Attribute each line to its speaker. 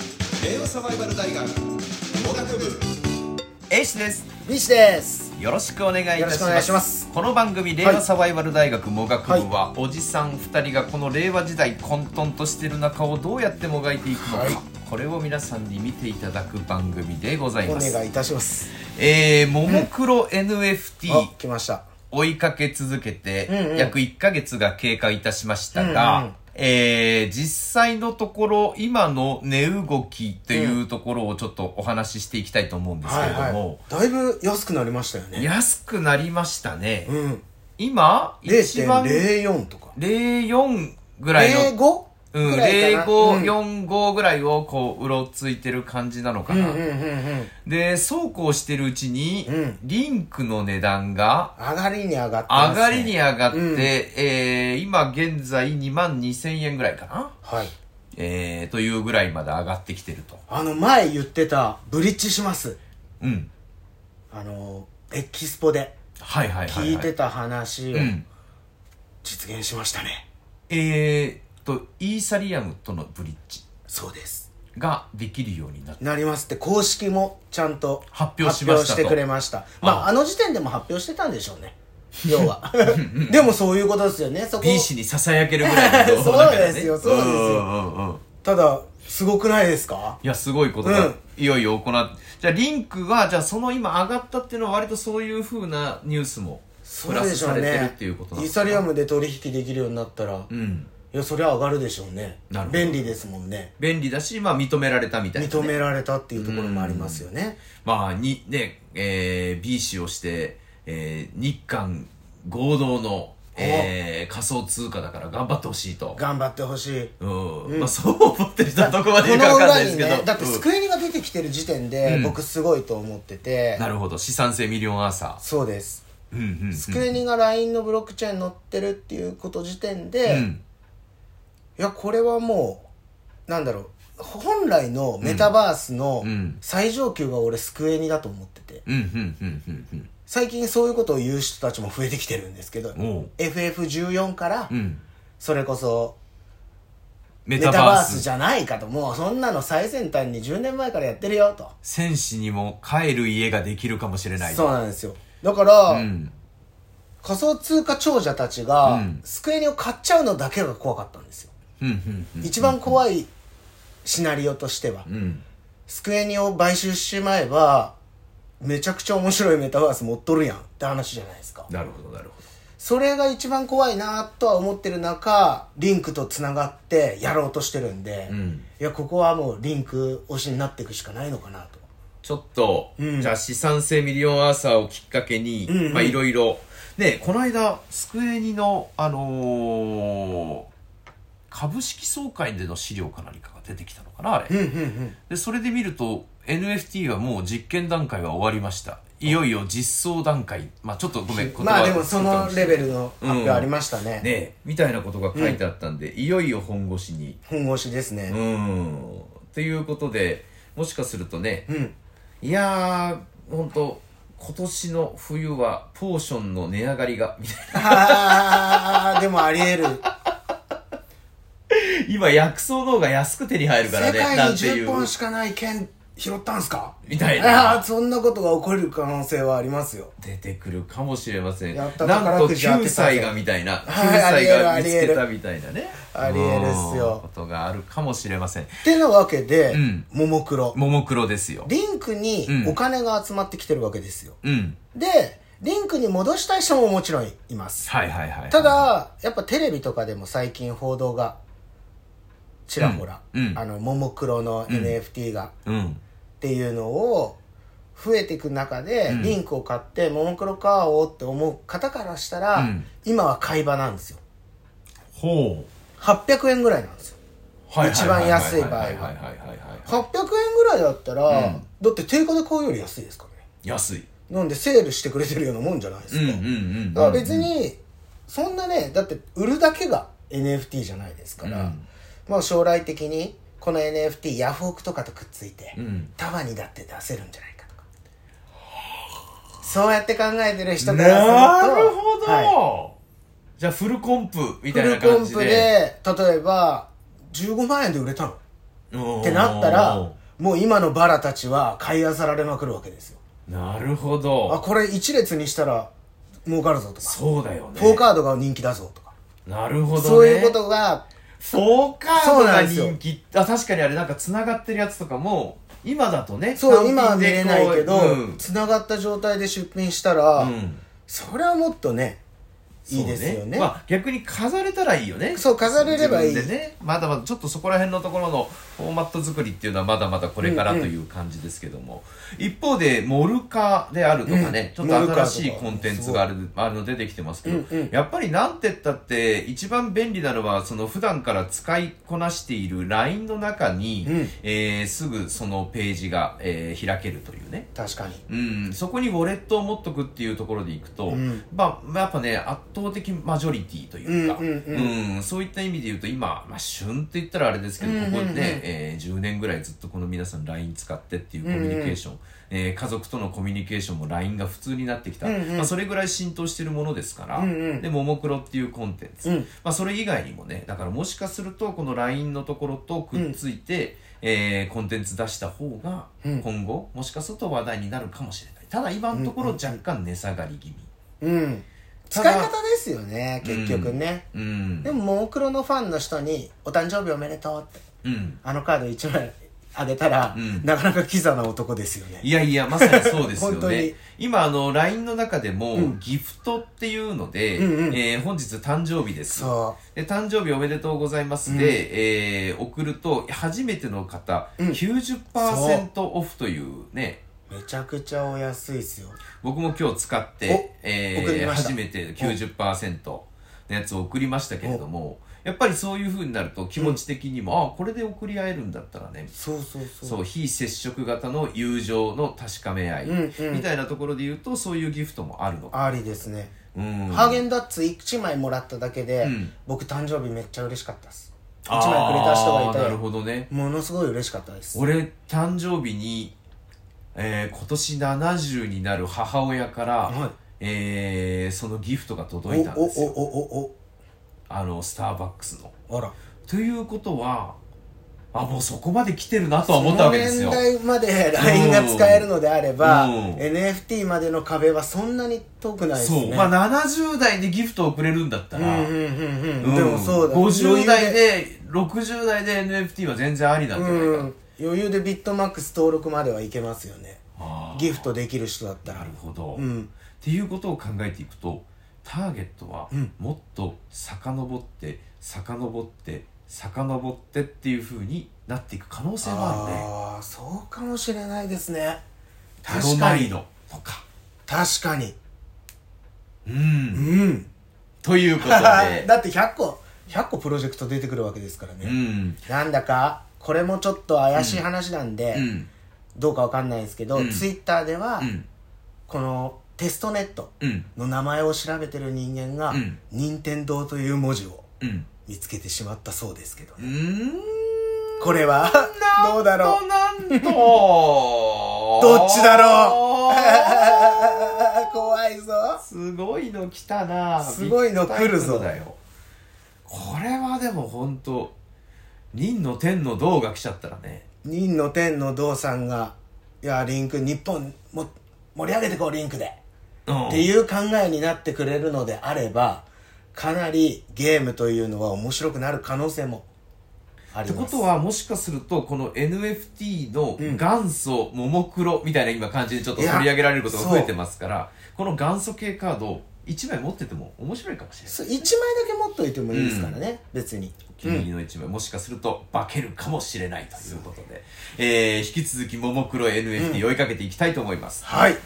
Speaker 1: オサバイバル大学工学部
Speaker 2: エイシです
Speaker 3: ビシです
Speaker 2: よろしくお願いいたします
Speaker 3: よろしくお願いします
Speaker 2: この番組令和サバイバル大学盲学部は、おじさん2人がこの令和時代混沌としてる中をどうやってもがいていくのか、
Speaker 3: はい
Speaker 2: これを皆さんに見ていただく番組でござい
Speaker 3: お
Speaker 2: ます
Speaker 3: 願いいたします
Speaker 2: えー、ももクロ NFT、
Speaker 3: あ来ました
Speaker 2: 追いかけ続けて、
Speaker 3: うんうん
Speaker 2: 約1ヶ月が経過いたしましたが、
Speaker 3: うんうん
Speaker 2: えー実際のところ、今の値動きっていうところをちょっとお話ししていきたいと思うんですけ
Speaker 3: は
Speaker 2: れ
Speaker 3: い
Speaker 2: ども、
Speaker 3: はいだいぶ安くなりましたよね
Speaker 2: 安くなりましたね。
Speaker 3: うん
Speaker 2: 今、一番
Speaker 3: 0.04とか
Speaker 2: 04ぐらいの、
Speaker 3: 05
Speaker 2: うん、
Speaker 3: ぐらいかな
Speaker 2: 0545ぐらいをこう、うろついてる感じなのか
Speaker 3: うんう
Speaker 2: な。
Speaker 3: んうんうん
Speaker 2: で、そうこうしてるうちに、
Speaker 3: うん
Speaker 2: リンクの値段が
Speaker 3: 上がりに上がってますね
Speaker 2: 上がりに上がって、
Speaker 3: うん
Speaker 2: えー今現在2万2000円ぐらいかな、
Speaker 3: はい
Speaker 2: えーというぐらいまで上がってきてると。
Speaker 3: あの前言ってたブリッジします
Speaker 2: うん。
Speaker 3: あのエキスポで
Speaker 2: はいはいはい、はい。
Speaker 3: 聞いてた話を
Speaker 2: うん。
Speaker 3: 実現しましたね
Speaker 2: えーと、イーサリアムとのブリッジ
Speaker 3: そうです
Speaker 2: ができるようになった。
Speaker 3: なりますって公式もちゃんと
Speaker 2: 発表しましたと
Speaker 3: 発表してくれましたまあ
Speaker 2: あ
Speaker 3: あの時点でも発表してたんでしょうね 要はでもそういうことですよねそこ
Speaker 2: B 氏に囁けるぐらいの情報だからね。
Speaker 3: そうですよそうですよ
Speaker 2: んうんうん
Speaker 3: ただすごくないですか
Speaker 2: いや、すごいことが、
Speaker 3: うん
Speaker 2: いよいよ行って、じゃあ、リンクは、じゃあ、その今上がったっていうのは、割とそういうふうなニュースも、
Speaker 3: そ
Speaker 2: プ
Speaker 3: う
Speaker 2: ラ
Speaker 3: で
Speaker 2: ス
Speaker 3: しょ
Speaker 2: さ
Speaker 3: う
Speaker 2: れてるっ
Speaker 3: ね
Speaker 2: ていうことな
Speaker 3: イ
Speaker 2: ん
Speaker 3: ー
Speaker 2: です
Speaker 3: サリアムで取引できるようになったら、
Speaker 2: う
Speaker 3: い
Speaker 2: ん。
Speaker 3: やそりゃ上がるでしょうね
Speaker 2: なるほど
Speaker 3: 便利ですもんね
Speaker 2: 便利だし、まあ、認められたみたいな、ね。
Speaker 3: 認められたっていうところもありますよね
Speaker 2: まあ、に、ね、えー、B 氏をして、えー、日韓合同の、えー、仮想通貨だから頑張ってほしいと。
Speaker 3: 頑張ってほしい
Speaker 2: うん。まあ、そう思ってる人はどこまでいるかわ
Speaker 3: この
Speaker 2: かんな
Speaker 3: 裏
Speaker 2: いです
Speaker 3: に
Speaker 2: けど。
Speaker 3: ねだって
Speaker 2: うん
Speaker 3: スクエニが出てきてる時点で、僕すごいと思ってて
Speaker 2: なるほど。資産性ミリオンアーサ
Speaker 3: そうです
Speaker 2: ー。うんうん、うん。
Speaker 3: スクエニが LINE のブロックチェーン乗ってるっていうこと時点で、
Speaker 2: う
Speaker 3: い
Speaker 2: ん。
Speaker 3: やこれはもうなんだろう本来のメタバースの
Speaker 2: うん
Speaker 3: 最上級が俺スクエニだと思ってて
Speaker 2: うん、うん、うん、うん、うん。
Speaker 3: 最近そういうことを言う人たちも増えてきてるんですけど
Speaker 2: おう
Speaker 3: FF14 から
Speaker 2: うん。
Speaker 3: それこそ
Speaker 2: メ
Speaker 3: メ
Speaker 2: タ
Speaker 3: タ
Speaker 2: バー
Speaker 3: バー
Speaker 2: ス
Speaker 3: スじゃないかともうそんなの最先端に10年前からやってるよと
Speaker 2: 戦士にも帰る家ができるかもしれない
Speaker 3: そうなんですよだから、
Speaker 2: ん
Speaker 3: 仮想通貨長者たちが、
Speaker 2: うん
Speaker 3: スクエニを買っちゃうのだけが怖かったんですよ
Speaker 2: うんうんうん
Speaker 3: 一番怖いシナリオとしては、
Speaker 2: うん
Speaker 3: スクエニを買収しまえばめちゃくちゃ面白いメタバース持っとるやんって話じゃないですか
Speaker 2: なるほどなるほど
Speaker 3: それが一番怖いなとは思ってる中リンクとつながってやろうとしてるんで、
Speaker 2: ん
Speaker 3: いやここはもうリンク推しになっていくしかないのかなと
Speaker 2: ちょっと、
Speaker 3: うん
Speaker 2: じゃあ資産性ミリオンアーサーをきっかけに、
Speaker 3: うんうん
Speaker 2: まあいろいろねこの間スクエニのあのー株式総会での資料か何かが出てきたのかなあれ、
Speaker 3: うんうんうん
Speaker 2: でそれで見ると NFT はもう実験段階は終わりましたいよいよ実装段階まあちょっとごめん言葉
Speaker 3: まあでもそのレベ
Speaker 2: ル
Speaker 3: ルの発表ありましたね,、
Speaker 2: ねみたいなことが書いてあったんで、いよいよ本腰に
Speaker 3: 本腰ですね、
Speaker 2: うん。ということで、もしかするとね、
Speaker 3: うん
Speaker 2: いやー、ほんと、今年の冬はポーションの値上がりが、みたい
Speaker 3: あーでもあり 得る
Speaker 2: な今、薬草の方が安く手に入るから
Speaker 3: 世
Speaker 2: ね、
Speaker 3: 界
Speaker 2: なん
Speaker 3: に
Speaker 2: てい
Speaker 3: 10
Speaker 2: う。
Speaker 3: 本しかない剣拾ったんすか
Speaker 2: みたい
Speaker 3: ああ
Speaker 2: な。
Speaker 3: そんなことが起こる可能性はありますよ
Speaker 2: 出てくるかもしれません。な
Speaker 3: や
Speaker 2: ん
Speaker 3: った
Speaker 2: と
Speaker 3: 宝くじ当てた
Speaker 2: 9
Speaker 3: ぜ
Speaker 2: 歳がみたいな、9
Speaker 3: はい
Speaker 2: 歳が見つけ
Speaker 3: ありえるありえ
Speaker 2: た
Speaker 3: る
Speaker 2: みたいなね。
Speaker 3: ありえるっすよ
Speaker 2: うんことがあるかもしれません。
Speaker 3: ってなわけで、
Speaker 2: うん
Speaker 3: ももクロ
Speaker 2: ももクロですよ。
Speaker 3: リンクに
Speaker 2: うん
Speaker 3: お金が集まってきてるわけですよ、
Speaker 2: うん。
Speaker 3: でリンクに戻したい人ももちろんいます
Speaker 2: はいはいはい。
Speaker 3: た、だやっぱテレビとかでも最近報道がちらほら、
Speaker 2: うんうん
Speaker 3: あのももクロの NFT が、
Speaker 2: うん。
Speaker 3: っていうのを増えていく中で、
Speaker 2: うん
Speaker 3: リンクを買ってももクロ買おうって思う方からしたら、
Speaker 2: うん
Speaker 3: 今は買い場なんですよ
Speaker 2: ほう。
Speaker 3: 800円ぐらいなんですよ
Speaker 2: はははは
Speaker 3: 一番安い場合は
Speaker 2: はいはいはいはいはい。
Speaker 3: 800円ぐらいだったら、
Speaker 2: うん
Speaker 3: だって定価で買うより安いですからね
Speaker 2: 安い。
Speaker 3: なんでセールしてくれてるようなもんじゃないですか、
Speaker 2: うんうんうん
Speaker 3: だから別にそんなねだって売るだけが NFT じゃないですから、
Speaker 2: うん
Speaker 3: まあ将来的にこの NFT ヤフオクとかとくっついて、
Speaker 2: うん
Speaker 3: 束にだって出せるんじゃないかとかそうやって考えてる人からすると
Speaker 2: なるほど、
Speaker 3: は
Speaker 2: じゃあフルコンプみ
Speaker 3: い、
Speaker 2: た
Speaker 3: フ
Speaker 2: いな
Speaker 3: ルコ
Speaker 2: 感
Speaker 3: ン
Speaker 2: じ
Speaker 3: プで
Speaker 2: で
Speaker 3: 例えば15万円で売れたの
Speaker 2: っ
Speaker 3: ってなったらもう今のバラたちは買い漁られまくるわけですよ
Speaker 2: なるほ
Speaker 3: あ
Speaker 2: ど
Speaker 3: これ一列にしたら儲かるぞとか
Speaker 2: そうだよね
Speaker 3: フォーカードが人気だぞとか
Speaker 2: なるほどね
Speaker 3: そういうことが
Speaker 2: フォーカー
Speaker 3: そ
Speaker 2: ド
Speaker 3: うな
Speaker 2: が
Speaker 3: んですよ
Speaker 2: 人気あ確かにあれなんか繋がってるやつとかも今だとね
Speaker 3: そう
Speaker 2: 単
Speaker 3: 今は
Speaker 2: 品
Speaker 3: 見
Speaker 2: で
Speaker 3: れ
Speaker 2: こう
Speaker 3: ないけど
Speaker 2: うん
Speaker 3: つな、がった状態で出品したら、
Speaker 2: うん
Speaker 3: それはもっとねいいです
Speaker 2: そ
Speaker 3: よ
Speaker 2: う
Speaker 3: ね
Speaker 2: まあ、逆に飾れたらいいよね
Speaker 3: そう飾れればいい
Speaker 2: 自分でねまだまだちょっとそこら辺のところのフォーマット作りっていうのはまだまだこれから
Speaker 3: うんうん
Speaker 2: という感じですけども、一方でモルカであるとかね、
Speaker 3: うん
Speaker 2: ちょっと
Speaker 3: モルカ
Speaker 2: 新
Speaker 3: とか
Speaker 2: しいコンテンツがあるあの出てきてますけど、
Speaker 3: うんうん
Speaker 2: やっぱりなんて言ったって一番便利なのはその普段から使いこなしている LINE の中に、
Speaker 3: うん
Speaker 2: えーすぐそのページが、えー開けるというね
Speaker 3: 確かに
Speaker 2: うん、そこにウォレットを持っとくっていうところでいくと、
Speaker 3: うん
Speaker 2: まあ、やっぱね圧倒的マジョリティというか、
Speaker 3: うんうんう
Speaker 2: うんそういった意味で言うと今、まあ、旬って言ったらあれですけど、
Speaker 3: うんうんうん
Speaker 2: ここで、ねえー10年ぐらいずっとこの皆さん LINE 使ってっていうコミュニケーション、えー家族とのコミュニケーションも LINE が普通になってきた、
Speaker 3: うんうん
Speaker 2: まあ、それぐらい浸透してるものですから、
Speaker 3: うんうん
Speaker 2: でももクロっていうコンテンツ、
Speaker 3: うん
Speaker 2: まあ、それ以外にもねだからもしかするとこの LINE のところとくっついて、えーコンテンツ出した方が
Speaker 3: うん
Speaker 2: 今後もしかすると話題になるかもしれないただ今のところ若干値下がり気味
Speaker 3: うん使
Speaker 2: た
Speaker 3: い
Speaker 2: だ
Speaker 3: 方ですよね結局ね、
Speaker 2: うん
Speaker 3: でもももクロのファンの人に「お誕生日おめでとう」って
Speaker 2: うん
Speaker 3: あのカード1枚あげたら、
Speaker 2: うん
Speaker 3: なかなかキザな男ですよね
Speaker 2: いやいやまさにそうですよ
Speaker 3: 本当
Speaker 2: ね
Speaker 3: に
Speaker 2: 今あの LINE の中でも、
Speaker 3: うん
Speaker 2: ギフトっていうので、
Speaker 3: うんうん
Speaker 2: えー本日誕生日です
Speaker 3: そ
Speaker 2: で誕生日おめでとうございますで、
Speaker 3: うん
Speaker 2: えー送ると初めての方、
Speaker 3: うん
Speaker 2: 90%オフというね
Speaker 3: うめちゃくちゃお安いですよ
Speaker 2: 僕も今日使って、え
Speaker 3: 送り
Speaker 2: ー、
Speaker 3: ました
Speaker 2: 初めて90%のやつを送りましたけれどもやっぱりそういうふうになると気持ち的にも、あこれで送り合えるんだったらね
Speaker 3: そうそうそう
Speaker 2: そう非接触型の友情の確かめ合い、
Speaker 3: うんうん
Speaker 2: みたいなところで言うとそういうギフトもあるのか、
Speaker 3: ありですね、
Speaker 2: うん、
Speaker 3: ハーゲンダッツ1枚もらっただけで、
Speaker 2: うん
Speaker 3: 僕誕生日めっちゃ嬉しかったです1
Speaker 2: あー
Speaker 3: 枚くれた人がいた
Speaker 2: なる
Speaker 3: よ
Speaker 2: ほどね
Speaker 3: ものすごい嬉しかったです
Speaker 2: 俺誕生日に、えー今年70になる母親から、
Speaker 3: はい
Speaker 2: えーそのギフトが
Speaker 3: お
Speaker 2: 届いたん
Speaker 3: お
Speaker 2: ですよ
Speaker 3: おお
Speaker 2: あのスターバックスの。
Speaker 3: おあら
Speaker 2: ということはあもうそこまで来てるなとは思ったわけですよ
Speaker 3: その年代まで LINE が使えるのであれば
Speaker 2: うん
Speaker 3: NFT までの壁はそんなに遠くないです
Speaker 2: そう、
Speaker 3: ね
Speaker 2: まあ70代でギフトをくれるんだった
Speaker 3: うん
Speaker 2: ら、
Speaker 3: うんうんうん、
Speaker 2: うん
Speaker 3: でもそうだ
Speaker 2: 50代
Speaker 3: 余裕
Speaker 2: で60代で NFT は全然ありなんじゃないか
Speaker 3: うん余裕でビットマックス登録まではいけますよね
Speaker 2: あ
Speaker 3: ギフトできる人だった
Speaker 2: ーな
Speaker 3: ら
Speaker 2: るほど、
Speaker 3: う
Speaker 2: っ
Speaker 3: ん
Speaker 2: ていうことを考えていくとターゲットは
Speaker 3: うん
Speaker 2: もっと遡って遡って遡ってっていうふうになっていく可能性もあるね
Speaker 3: ああそうかもしれないですね
Speaker 2: タロ
Speaker 3: 確
Speaker 2: マ
Speaker 3: か
Speaker 2: イ
Speaker 3: に
Speaker 2: ドとか
Speaker 3: 確かに
Speaker 2: うん
Speaker 3: うん
Speaker 2: ということで
Speaker 3: だって100個100個プロジェクト出てくるわけですからね、
Speaker 2: うん
Speaker 3: なんだかこれもちょっと怪しい話なんで、
Speaker 2: うん
Speaker 3: どうかわかんないですけど、
Speaker 2: うん
Speaker 3: ツイッターでは、
Speaker 2: うん
Speaker 3: このテストネット
Speaker 2: うん
Speaker 3: の名前を調べてる人間が
Speaker 2: うん
Speaker 3: 「任天堂という文字を
Speaker 2: うん
Speaker 3: 見つけてしまったそうですけど、
Speaker 2: うーん
Speaker 3: これはどうだろう
Speaker 2: なんとなんとど
Speaker 3: どっちだろ
Speaker 2: う
Speaker 3: 怖いぞ
Speaker 2: すごいの来たな
Speaker 3: すごいの来るぞ
Speaker 2: びっくりだよこれはでも本当任の天の道が来ちゃったらね
Speaker 3: 任の天の道さんが「いやリンク日本も盛り上げてこうリンクで」
Speaker 2: っ
Speaker 3: っていう考えになってくれるのであればかなりゲームというのは面白くなる可能性もあ
Speaker 2: っ
Speaker 3: り
Speaker 2: て
Speaker 3: ます
Speaker 2: ことはもしかするとこの NFT の
Speaker 3: うん
Speaker 2: 元祖ももクロみたいな今感じでちょっと取り上げられることが増えてますからこの元祖系カード1枚持ってても面白いかもしれない
Speaker 3: 1枚だけ持っといてもいいですからね、別に
Speaker 2: お気に入りの1枚、もしかすると化けるかもしれないということで、えー引き続きももクロ NFT 追いかけていきたいと思います、
Speaker 3: はい